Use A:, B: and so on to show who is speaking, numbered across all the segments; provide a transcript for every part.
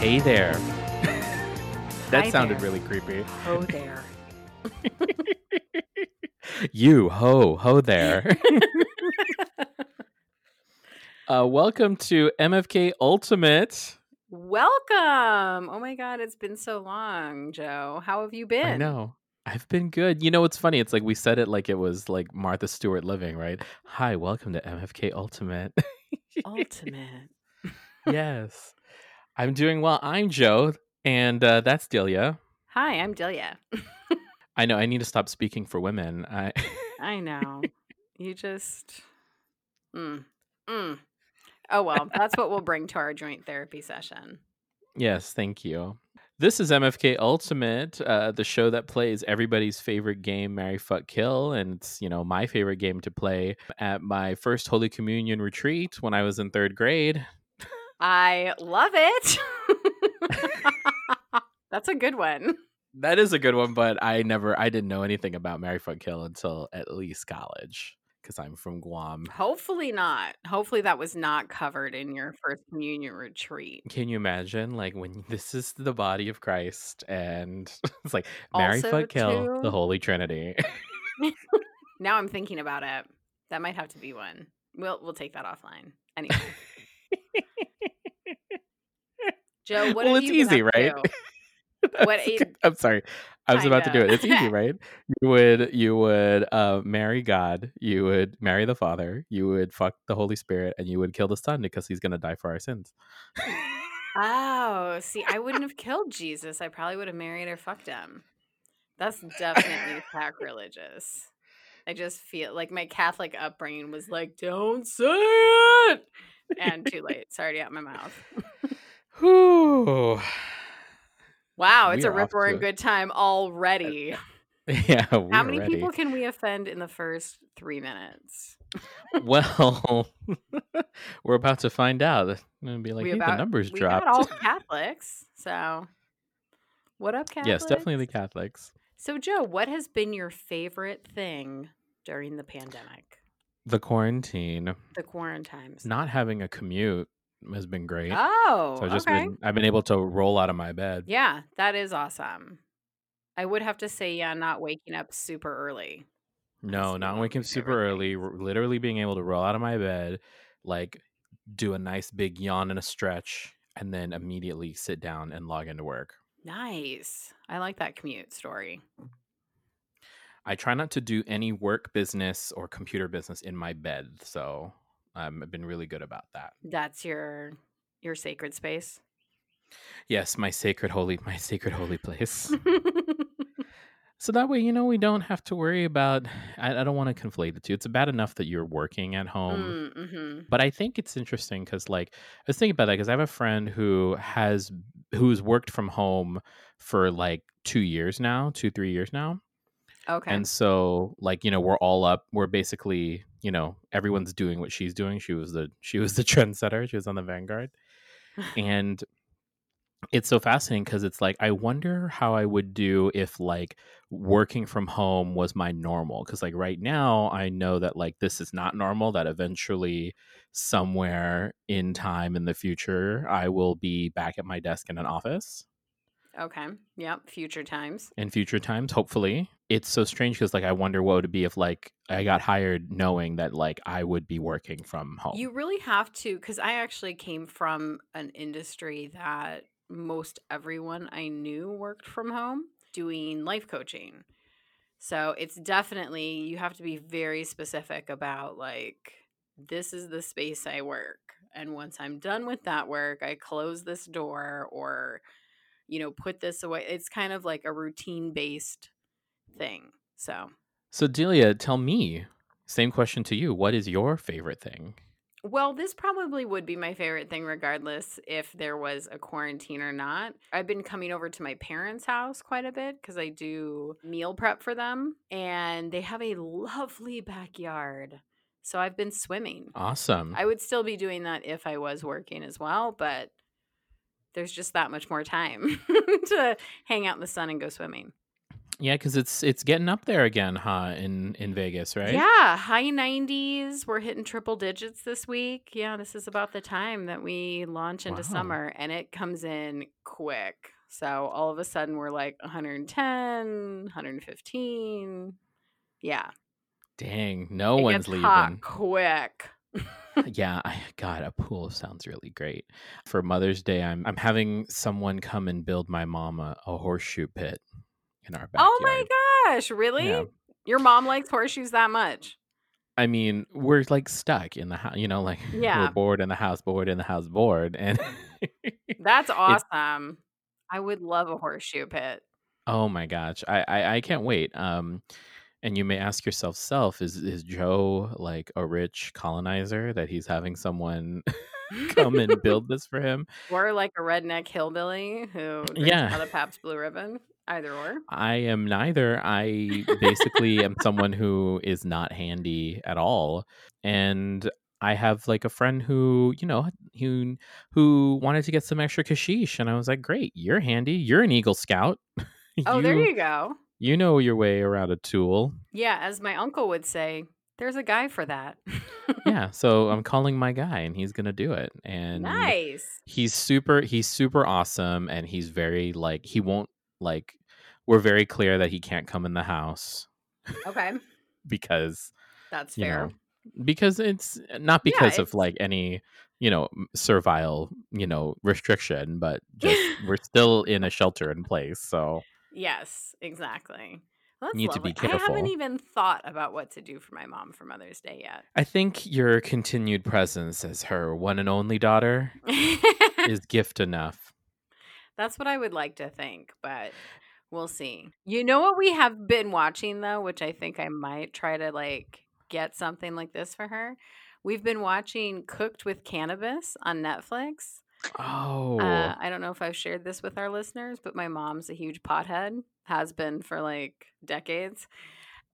A: Hey there. that
B: Hi
A: sounded
B: there.
A: really creepy.
B: Oh, there.
A: You ho ho there. uh, welcome to MFK Ultimate.
B: Welcome. Oh my God, it's been so long, Joe. How have you been?
A: I know. I've been good. You know what's funny? It's like we said it like it was like Martha Stewart living, right? Hi, welcome to MFK Ultimate.
B: Ultimate.
A: yes. I'm doing well. I'm Joe, and uh, that's Delia.
B: Hi, I'm Delia.
A: I know I need to stop speaking for women. I
B: I know. You just. Mm. Mm. Oh, well, that's what we'll bring to our joint therapy session.
A: Yes, thank you. This is MFK Ultimate, uh, the show that plays everybody's favorite game, Marry Fuck Kill, and it's you know my favorite game to play at my first Holy Communion retreat when I was in third grade.
B: I love it. that's a good one.
A: That is a good one, but I never, I didn't know anything about Marry Fuck Kill until at least college because I'm from Guam.
B: Hopefully not. Hopefully that was not covered in your first communion retreat.
A: Can you imagine, like when this is the body of Christ, and it's like Marry
B: Also,
A: Fuck Kill,
B: too-
A: the Holy Trinity.
B: Now I'm thinking about it. That might have to be one. We'll we'll take that offline. Anyway. Joe, what
A: Well,
B: have
A: it's
B: you been
A: easy,
B: up
A: right?
B: to? What
A: That's
B: a-
A: good. I'm sorry. I was about to do it.
B: Kinda.
A: It's easy, right? You would you would uh, marry God, you would marry the Father, you would fuck the Holy Spirit, and you would kill the Son because he's gonna die for our sins.
B: Oh, see, I wouldn't have killed Jesus. I probably would have married or fucked him. That's definitely sacrilegious. I just feel like my Catholic upbringing was like, don't say it. And too late. It's already out my mouth.
A: Whew.
B: Wow, it's
A: We
B: a
A: are off
B: rip roaring
A: to a-
B: good time already.
A: Yeah, we
B: How
A: are
B: many
A: ready.
B: people can we offend in the first three minutes?
A: Well, we're about to find out. I'm gonna be like,
B: We
A: hey, the
B: about-
A: numbers
B: we
A: dropped.
B: got all Catholics, so what up, Catholics?
A: Yes, definitely the Catholics.
B: So, Joe, what has been your favorite thing during the pandemic,
A: The quarantine,
B: the quarantines?
A: not having a commute has been great.
B: Oh,
A: so I've just
B: okay.
A: been I've been able to roll out of my bed.
B: Yeah, that is awesome. I would have to say, yeah, not waking up super early.
A: No,
B: been
A: not
B: one of
A: waking
B: my
A: up
B: favorite
A: super early.
B: things.
A: r- Literally being able to roll out of my bed, like do a nice big yawn and a stretch, and then immediately sit down and log into work.
B: Nice. I like that commute story.
A: I try not to do any work business or computer business in my bed, so um, I've been really good about that.
B: That's your your sacred space.
A: Yes, my sacred holy, my sacred holy place. So that way, you know, we don't have to worry about. I, I don't want to conflate the two. It's bad enough that you're working at home.
B: mm-hmm.
A: but I think it's interesting because like I was thinking about that because I have a friend who has who's worked from home for like two years now, two three years now,
B: Okay.
A: and so like you know we're all up. We're basically you know everyone's doing what she's doing. She was the she was the trendsetter. She was on the vanguard, and it's so fascinating because it's like I wonder how I would do if like working from home was my normal because like right now I know that like this is not normal that eventually somewhere in time in the future I will be back at my desk in an office
B: Okay. Yep. Future times.
A: in future times hopefully it's so strange because like I wonder what would it be if like I got hired knowing that like I would be working from home
B: You really have to, because I actually came from an industry that most everyone I knew worked from home doing life coaching. So it's definitely, you have to be very specific about like, this is the space I work. And once I'm done with that work, I close this door or, you know, put this away. It's kind of like a routine based thing. So
A: so Delia tell me same question to you what is your favorite thing
B: Well, this probably would be my favorite thing, regardless if there was a quarantine or not. I've been coming over to my parents' house quite a bit because I do meal prep for them, and they have a lovely backyard. So I've been swimming.
A: awesome
B: I would still be doing that if I was working as well, but there's just that much more time to hang out in the sun and go swimming.
A: Yeah, because it's it's getting up there again, huh? In in Vegas, right?
B: Yeah, high 90s. We're hitting triple digits this week. Yeah, this is about the time that we launch into
A: Wow.
B: summer and it comes in quick. So all of a sudden we're like 110, 115. Yeah.
A: Dang, no
B: it
A: one's
B: gets
A: leaving.
B: hot quick.
A: yeah, I, God, a pool sounds really great. For Mother's Day, I'm I'm having someone come and build my mom a, a horseshoe pit in our backyard.
B: Oh my gosh, really?
A: Yeah.
B: Your mom likes horseshoes that much.
A: I mean, we're like stuck in the house, you know, like
B: Yeah.
A: we're bored in the house, bored in the house, bored. And
B: That's awesome. I would love a horseshoe pit.
A: oh my gosh, I, I I can't wait. Um, and you may ask yourself, self, is is Joe like a rich colonizer that he's having someone come and build this for him?
B: or like a redneck hillbilly who drinks
A: Yeah.
B: out of Pabst Blue Ribbon. Either or.
A: I am neither. I basically am someone who is not handy at all. And I have like a friend who, you know, who who wanted to get some extra kashish and I was like, "Great, you're handy. You're an Eagle Scout.
B: Oh, there you go.
A: you know your way around a tool."
B: Yeah, as my uncle would say, there's a guy for that.
A: yeah, so I'm calling my guy and he's going to do it. And
B: nice.
A: he's super he's super awesome and he's very like he won't like we're very clear that he can't come in the house
B: Okay.
A: because
B: That's
A: you
B: fair.
A: know because it's uh, not because of
B: it's-
A: like any you know m- servile you know restriction but just we're still in a shelter in place so
B: Yes, exactly. Well, That's
A: Need to be
B: lovely. I haven't
A: careful.
B: even thought about what to do for my mom for Mother's Day yet.
A: i think your continued presence as her one and only daughter is gift enough
B: That's what I would like to think, but we'll see. You know what we have been watching though, which I think I might try to like get something like this for her. We've been watching Cooked with Cannabis on Netflix.
A: oh
B: Uh, I don't know if I've shared this with our listeners, but my mom's a huge pothead, has been for like decades.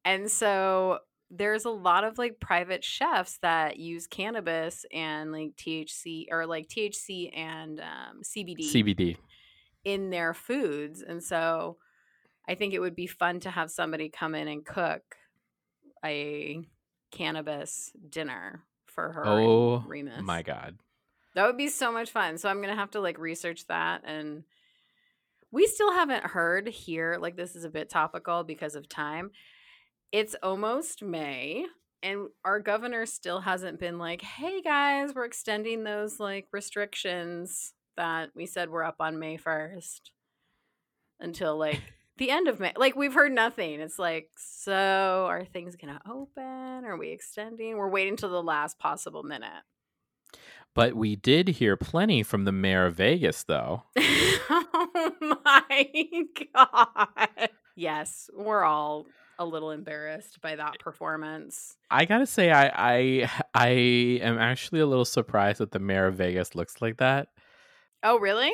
B: And so there's a lot of like private chefs that use cannabis and like THC or like THC and um,
A: cbd
B: in their foods. And so I think it would be fun to have somebody come in and cook a cannabis dinner for her. and
A: oh
B: Remus.
A: my god
B: That would be so much fun. So I'm going to have to like research that and we still haven't heard here like this is a bit topical because of time. It's almost May and our governor still hasn't been like, "Hey guys, we're extending those like restrictions that we said were up on May 1st until like the end of May." Like we've heard nothing. It's like, "So, are things going to open? Are we extending? We're waiting till the last possible minute."
A: but we did hear plenty from the mayor of vegas though
B: oh my god. Yes, we're all a little embarrassed by that performance.
A: I gotta say, I I I am actually a little surprised that the mayor of Vegas looks like that.
B: Oh, really?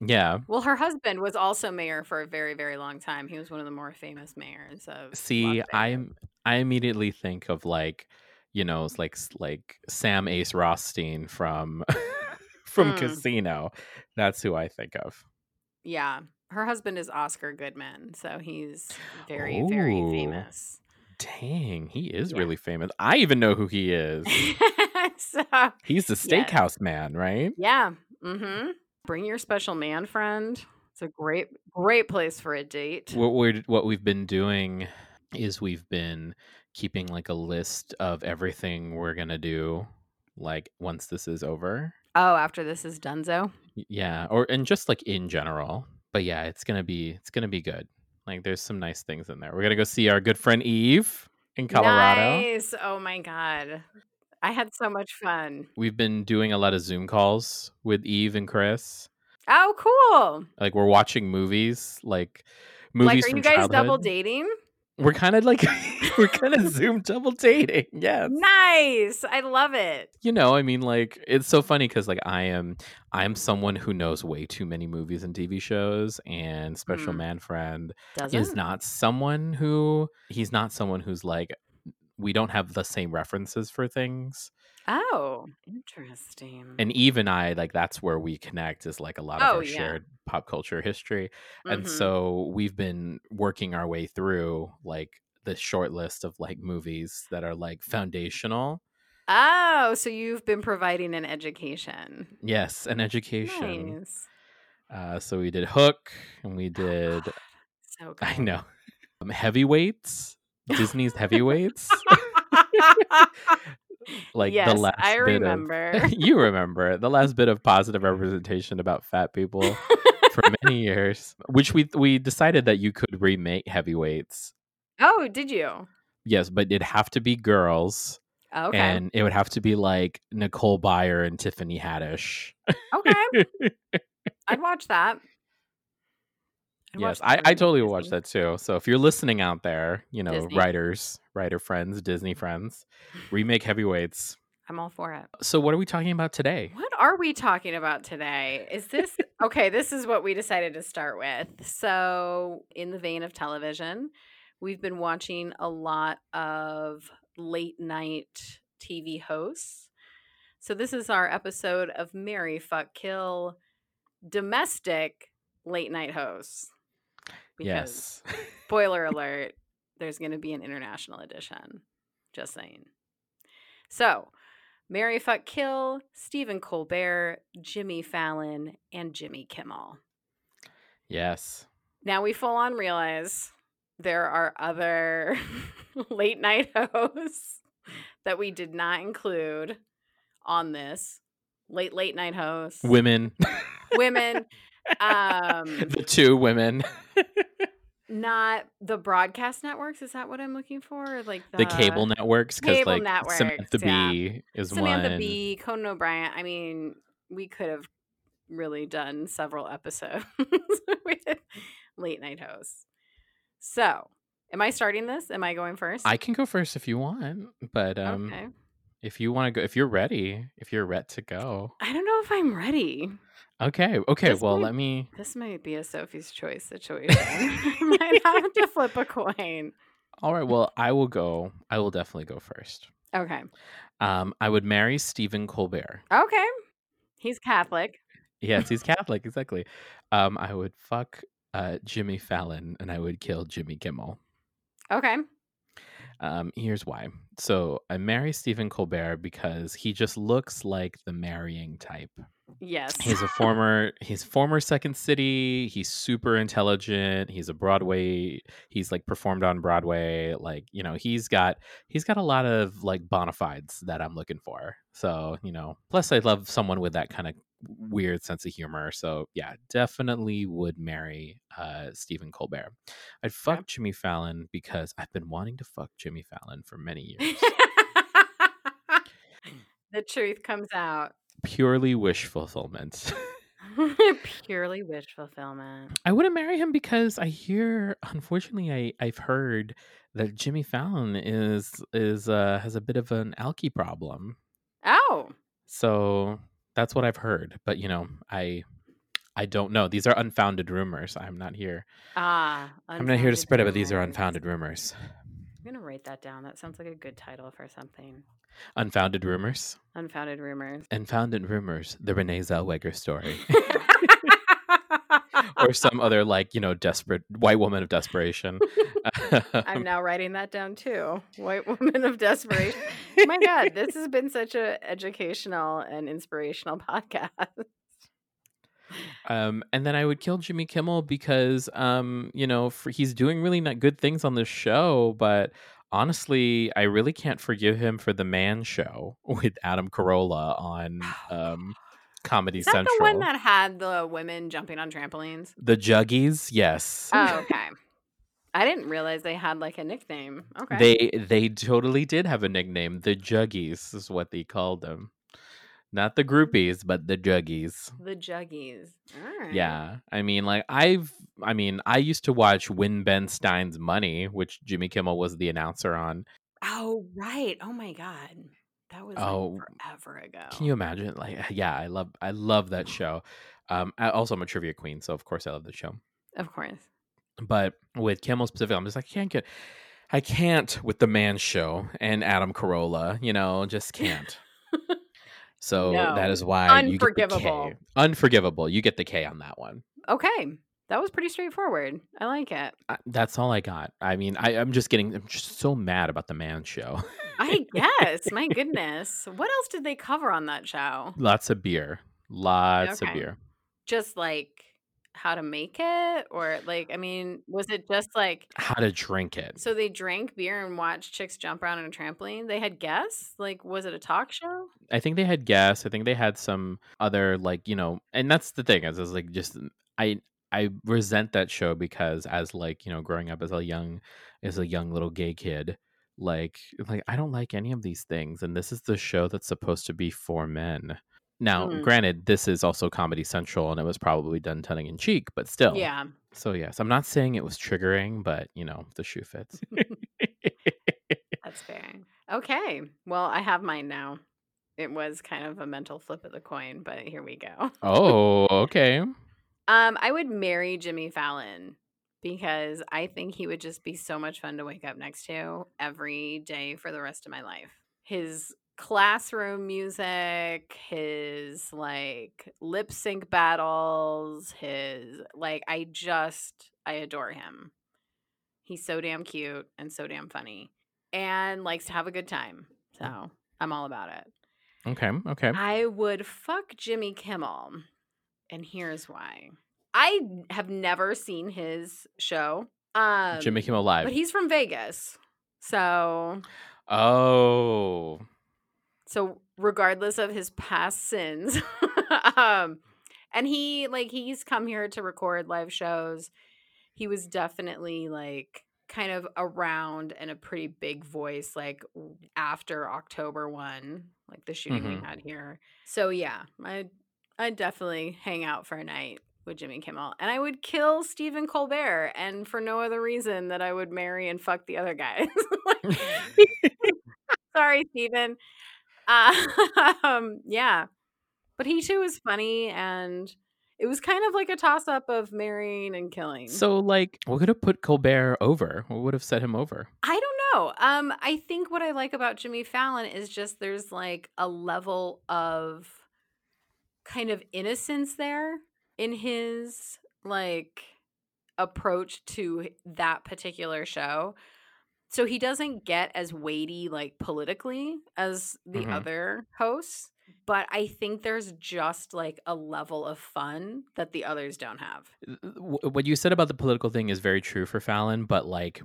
A: Yeah.
B: Well, her husband was also mayor for a very, very long time. He was one of the more famous mayors of Las
A: See,
B: Vegas.
A: I'm I immediately think of like, you know, it's like like Sam Ace Rothstein from from
B: Mm.
A: Casino. That's who I think of.
B: Yeah. Her husband is Oscar Goodman, so he's very, very
A: Ooh.
B: famous.
A: Dang, he is
B: Yeah.
A: really famous. I even know who he is.
B: so
A: He's the
B: Yes.
A: steakhouse man, right?
B: yeah. Mm-hmm. Bring your special man friend. It's a great, great place for a date.
A: what we're what we've been doing is we've been keeping like a list of everything we're gonna do like once this is over
B: Oh, after this is donezo.
A: Y- yeah or and just like in general but yeah it's gonna be it's gonna be good like there's some nice things in there we're gonna go see our good friend eve in colorado
B: Nice. Oh my god. I had so much fun.
A: we've been doing a lot of zoom calls with eve and chris
B: Oh, cool.
A: like we're watching movies like movies
B: like, are
A: from
B: you guys
A: childhood.
B: double dating?
A: we're kind of like we're kind of zoom double dating yes
B: Nice. I love it.
A: you know i mean like it's so funny because like i am i'm someone who knows way too many movies and tv shows and special
B: Mm.
A: man friend
B: Doesn't
A: is not someone who he's not someone who's like we don't have the same references for things
B: Oh, interesting.
A: and Eve and I like that's where we connect is like a lot of
B: Oh,
A: our
B: yeah.
A: shared pop culture history. And
B: Mhm.
A: so we've been working our way through like the short list of like movies that are like foundational.
B: Oh, so you've been providing an education.
A: Yes, and education.
B: Nice.
A: Uh, so we did Hook and we did
B: God, so good.
A: I know. Um, heavyweights, Disney's Heavyweights. Like
B: Yes,
A: the last
B: I
A: bit of-
B: remember.
A: you remember the last bit of positive representation about fat people for many years, which we we decided that you could remake heavyweights.
B: oh, did you?
A: Yes, but it'd have to be girls,
B: Okay.
A: and it would have to be like Nicole Byer and Tiffany Haddish.
B: okay. I'd watch that. I'd watch
A: yes,
B: that
A: I,
B: for
A: I
B: you,
A: totally would watch
B: Disney.
A: that too. So if you're listening out there, you know,
B: Disney.
A: writers, writer friends, Disney friends, remake heavyweights.
B: I'm all for it.
A: So what are we talking about today?
B: What are we talking about today? Is this okay? This is what we decided to start with. So, in the vein of television, we've been watching a lot of late night TV hosts. So, this is our episode of Mary Fuck Kill Domestic Late Night Hosts. Because,
A: yes.
B: spoiler alert, there's going to be an international edition. Just saying. So, Mary Fuck Kill, Stephen Colbert, Jimmy Fallon, and Jimmy Kimmel.
A: Yes.
B: Now we full on realize there are other late night hosts that we did not include on this. Late, late night hosts,
A: Women.
B: women, um,
A: the two women.
B: not the broadcast networks. Is that what I'm looking for? Like the,
A: the cable networks because
B: Uh, cable
A: like Samantha
B: networks, yeah.
A: Bee is
B: Samantha
A: one.
B: Bee, Conan O'Brien. I mean, we could have really done several episodes with late night hosts. So, am I starting this? Am I going first?
A: I can go first if you want, but um,
B: okay.
A: if you want to go, if you're ready, if you're ready to go,
B: I don't know if I'm ready.
A: okay, okay.
B: This
A: well,
B: might-
A: let me.
B: This might be a Sophie's choice situation. I might have to flip a coin.
A: All right. Well, I will go. I will definitely go first.
B: Okay.
A: Um, I would marry Stephen Colbert.
B: Okay. He's Catholic.
A: Yes, he's Catholic, exactly. Um, I would fuck uh Jimmy Fallon, and I would kill Jimmy Kimmel.
B: Okay.
A: Um, here's why. So I marry Stephen Colbert because he just looks like the marrying type.
B: Yes.
A: He's a former he's former Second City. He's super intelligent. He's a Broadway. He's like performed on Broadway. Like you know, he's got he's got a lot of like bona fides that I'm looking for. So you know, plus I love someone with that kind of weird sense of humor. So yeah, definitely would marry uh, Stephen Colbert. I'd fuck Jimmy Fallon because I've been wanting to fuck Jimmy Fallon for many years.
B: the truth comes out.
A: Purely wish fulfillment.
B: Purely wish fulfillment.
A: I wouldn't marry him because I hear, unfortunately, I I've heard that Jimmy Fallon is is uh, has a bit of an alky problem.
B: Oh,
A: So that's what I've heard. But you know, I I don't know. These are unfounded rumors. I'm not here.
B: ah.
A: I'm not here to
B: unfounded
A: spread it, but these are
B: rumors.
A: unfounded rumors.
B: I'm gonna write that down. That sounds like a good title for something.
A: Unfounded rumors.
B: Unfounded rumors.
A: Unfounded rumors. The Renee Zellweger story, or some other like you know desperate white woman of desperation.
B: I'm now writing that down too. White woman of desperation. Oh my God, this has been such a educational and inspirational podcast.
A: Um, and then I would kill Jimmy Kimmel because, um, you know, for, he's doing really not good things on this show, but honestly, I really can't forgive him for the Man Show with Adam Carolla on um, Comedy
B: Is that
A: Central.
B: the one that had the women jumping on trampolines?
A: The Juggies, yes,
B: Oh, okay. I didn't realize they had like a nickname. Okay.
A: they they totally did have a nickname. The Juggies is what they called them, not the groupies, but the Juggies.
B: the Juggies. All right.
A: Yeah. I mean, like I've I mean, I used to watch Win Ben Stein's Money, which Jimmy Kimmel was the announcer on.
B: Oh right. Oh my God. That was
A: Oh,
B: like forever ago.
A: Can you imagine? Like yeah, I love I love that show. Um I also I'm a trivia queen, so of course I love the show.
B: Of course.
A: But with Kimmel specifically, I'm just like, I can't get I can't with the man show and Adam Carolla, you know, just can't. So
B: No.
A: that is why You
B: Unforgivable.
A: get the K. Unforgivable. You get the K on that one.
B: Okay. That was pretty straightforward. I like it.
A: I, that's all I got. I mean, I, I'm just getting. I'm just so mad about the man show.
B: I guess. My goodness. What else did they cover on that show?
A: Lots of beer. Lots
B: Okay.
A: of beer.
B: Just like how to make it? Or like, I mean, was it just like,
A: How to drink it?
B: so they drank beer and watched chicks jump around on a trampoline? They had guests? Like, was it a talk show?
A: I think they had guests. I think they had some other like you know, and that's the thing is, is like just mm, I I resent that show because as like you know, growing up as a young as a young little gay kid, like like I don't like any of these things, and this is the show that's supposed to be for men. Now,
B: Mm.
A: granted, this is also Comedy Central, and it was probably done tongue in cheek, but still,
B: Yeah.
A: So yes, I'm not saying it was triggering, but you know, the shoe fits.
B: That's fair. Okay. Well, I have mine now. It was kind of a mental flip of the coin, but here we go.
A: oh, okay.
B: Um, I would marry Jimmy Fallon because I think he would just be so much fun to wake up next to every day for the rest of my life. His classroom music, his like lip sync battles, his like I just I adore him. He's so damn cute and so damn funny and likes to have a good time. So, I'm all about it.
A: Okay. Okay.
B: I would fuck Jimmy Kimmel. And here's why. I have never seen his show. Um
A: Jimmy Kimmel Live.
B: But he's from Vegas. So
A: Oh,
B: so regardless of his past sins. um and he like he's come here to record live shows. He was definitely like kind of around and a pretty big voice like after October 1, like the shooting
A: Mhm.
B: we had here. So yeah, I I definitely hang out for a night with Jimmy Kimmel and I would kill Stephen Colbert and for no other reason that I would marry and fuck the other guys. Like, Sorry, Stephen. Uh, um, yeah. But he too is funny and it was kind of like a toss up of marrying and killing.
A: so like we could have put Colbert over. We would have set him over.
B: I don't know. Um, I think what I like about Jimmy Fallon is just there's like a level of kind of innocence there in his like approach to h- that particular show. So he doesn't get as weighty like politically as the
A: Mhm.
B: other hosts, but I think there's just like a level of fun that the others don't have.
A: W- What you said about the political thing is very true for Fallon, but like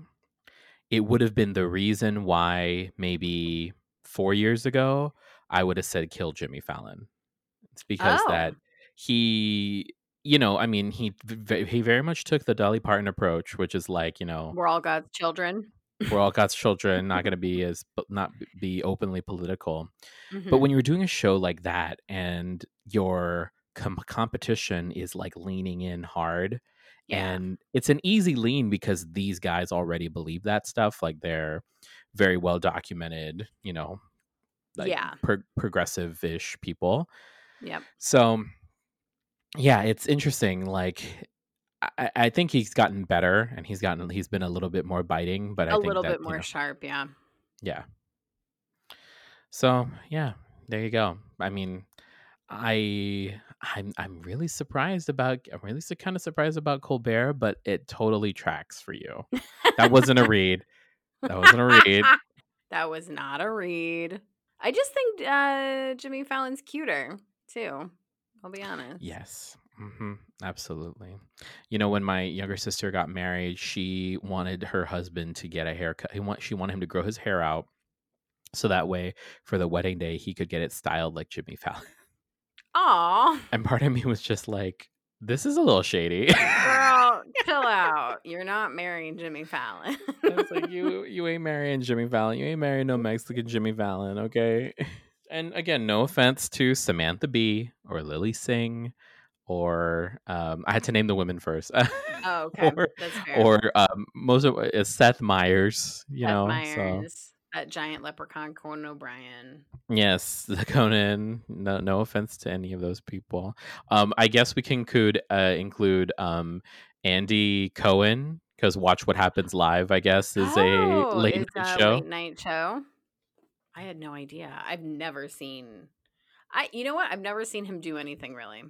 A: it would have been the reason why maybe four years ago I would have said kill Jimmy Fallon. It's because
B: Oh.
A: that he, you know, I mean, he v- he very much took the Dolly Parton approach, which is like you know
B: We're all God's children.
A: we're all God's children, not going to be as not be openly political.
B: Mhm.
A: But when you're doing a show like that and your com- competition is like leaning in hard,
B: Yeah.
A: and it's an easy lean because these guys already believe that stuff. Like they're very well documented, you know, like
B: Yeah.
A: pro- progressive ish people.
B: Yep.
A: So, yeah, it's interesting. Like, I- I, I think he's gotten better, and he's gotten he's been a little bit more biting, but I
B: A
A: think
B: little
A: that,
B: bit
A: you
B: more
A: know,
B: sharp, yeah.
A: yeah. So yeah, there you go. I mean, I I'm I'm really surprised about I'm really kind of surprised about Colbert, but it totally tracks for you. That wasn't a read. That wasn't a read.
B: that was not a read. I just think uh, Jimmy Fallon's cuter too. I'll be honest.
A: Yes. hmm Absolutely. You know, when my younger sister got married, she wanted her husband to get a haircut. He want, she wanted him to grow his hair out. So that way, for the wedding day, he could get it styled like Jimmy Fallon.
B: Aw,
A: And part of me was just like, this is a little shady. I
B: girl, chill out. You're not marrying Jimmy Fallon.
A: was like, you you ain't marrying Jimmy Fallon. You ain't marrying no Mexican Jimmy Fallon, okay? And again, no offense to Samantha Bee or Lily Singh or um, I had to name the women first.
B: oh, okay,
A: Or,
B: that's fair.
A: or um, most of uh, Seth Meyers, you
B: Seth
A: know. So
B: Meyers, that giant leprechaun Conan O'Brien.
A: yes, the Conan. No, no offense to any of those people. Um, I guess we can include uh, include um, Andy Cohen because Watch What Happens Live. I guess is a
B: Oh,
A: late
B: it's
A: night
B: a
A: show.
B: late night show. I had no idea. I've never seen. I you know what? I've never seen him do anything really.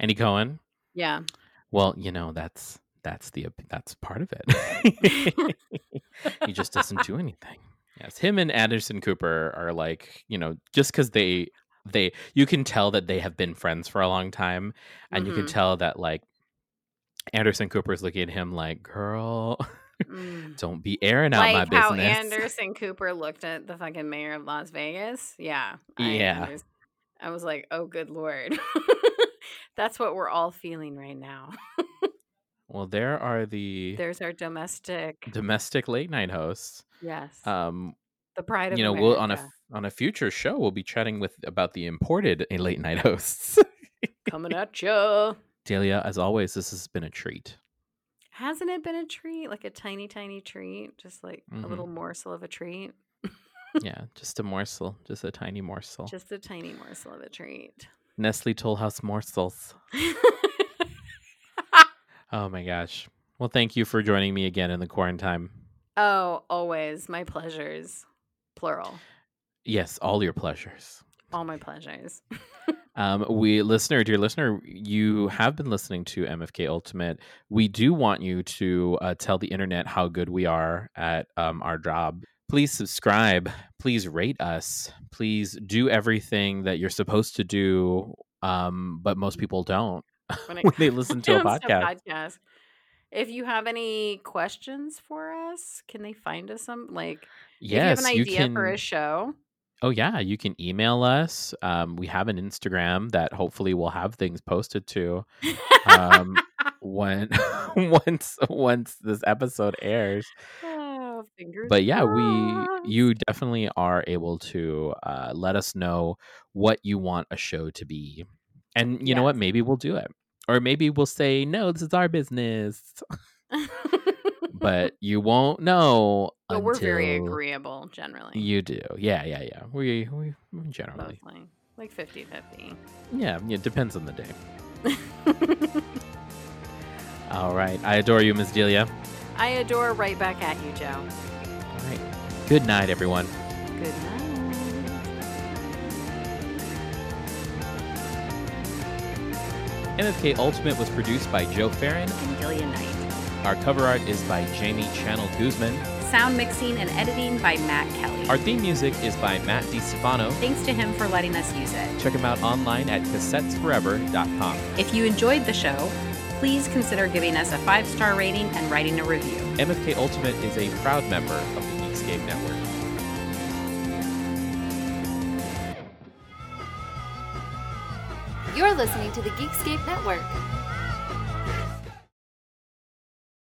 A: Andy Cohen.
B: Yeah.
A: Well, you know that's that's the that's part of it. he just doesn't do anything. Yes, him and Anderson Cooper are like you know just because they they you can tell that they have been friends for a long time, and you can
B: Mhm.
A: tell that like Anderson Cooper is looking at him like, girl,
B: Mm.
A: don't be airing out my
B: like
A: business.
B: how Anderson Cooper looked at the fucking mayor of Las Vegas. Yeah.
A: Yeah.
B: unders- I was like, oh, good lord. That's what we're all feeling right now.
A: Well, there are the
B: There's our domestic.
A: domestic late night hosts.
B: Yes.
A: Um,
B: the pride of
A: you know,
B: America.
A: we'll on a on a future show we'll be chatting with about the imported uh, late night hosts.
B: coming at you.
A: Delia, as always, this has been a treat.
B: Hasn't it been a treat? Like a tiny, tiny treat, just like a
A: Mhm.
B: little morsel of a treat,
A: yeah, just a morsel, just a tiny morsel.
B: just a tiny morsel of a treat.
A: Nestle Tollhouse morsels. Oh my gosh. Well, thank you for joining me again in the quarantine.
B: oh, always my pleasures, plural,
A: Yes, all your pleasures.
B: all my pleasures.
A: Um, we listener, dear listener, you have been listening to MFK Ultimate. We do want you to uh, tell the internet how good we are at um, our job. Please subscribe. Please rate us. Please do everything that you're supposed to do, um, but most people don't
B: When, it
A: when they listen to a
B: comes to
A: podcast.
B: podcast. If you have any questions for us, can they find us some? Like,
A: Yes,
B: if you have an idea for a show,
A: Oh yeah, you can email us. Um, we have an Instagram that hopefully we'll have things posted to um, when once once this episode airs.
B: oh, fingers
A: But yeah, we
B: crossed.
A: you definitely are able to uh, let us know what you want a show to be, and you know what?
B: Yes.
A: Maybe we'll do it, or maybe we'll say no. This is our business, but you won't know
B: But we're very
A: until
B: agreeable generally.
A: You do, yeah, yeah, yeah. We we generally.
B: Mostly. Like 50 50.
A: Yeah, it depends on the day. All right. I adore you, Ms. Delia.
B: I adore right back at you, Joe.
A: All right. Good night, everyone.
B: Good night.
A: MFK Ultimate was produced by Joe Farron.
B: Million night.
A: Our cover art is by Jamie Channel Guzman.
B: Sound mixing and editing by Matt Kelly.
A: Our theme music is by Matt DiStefano.
B: Thanks to him for letting us use it.
A: Check him out online at cassettesforever.com.
B: If you enjoyed the show, please consider giving us a five star rating and writing a review.
A: MFK Ultimate is a proud member of the Geekscape Network.
C: You're listening to the Geekscape Network.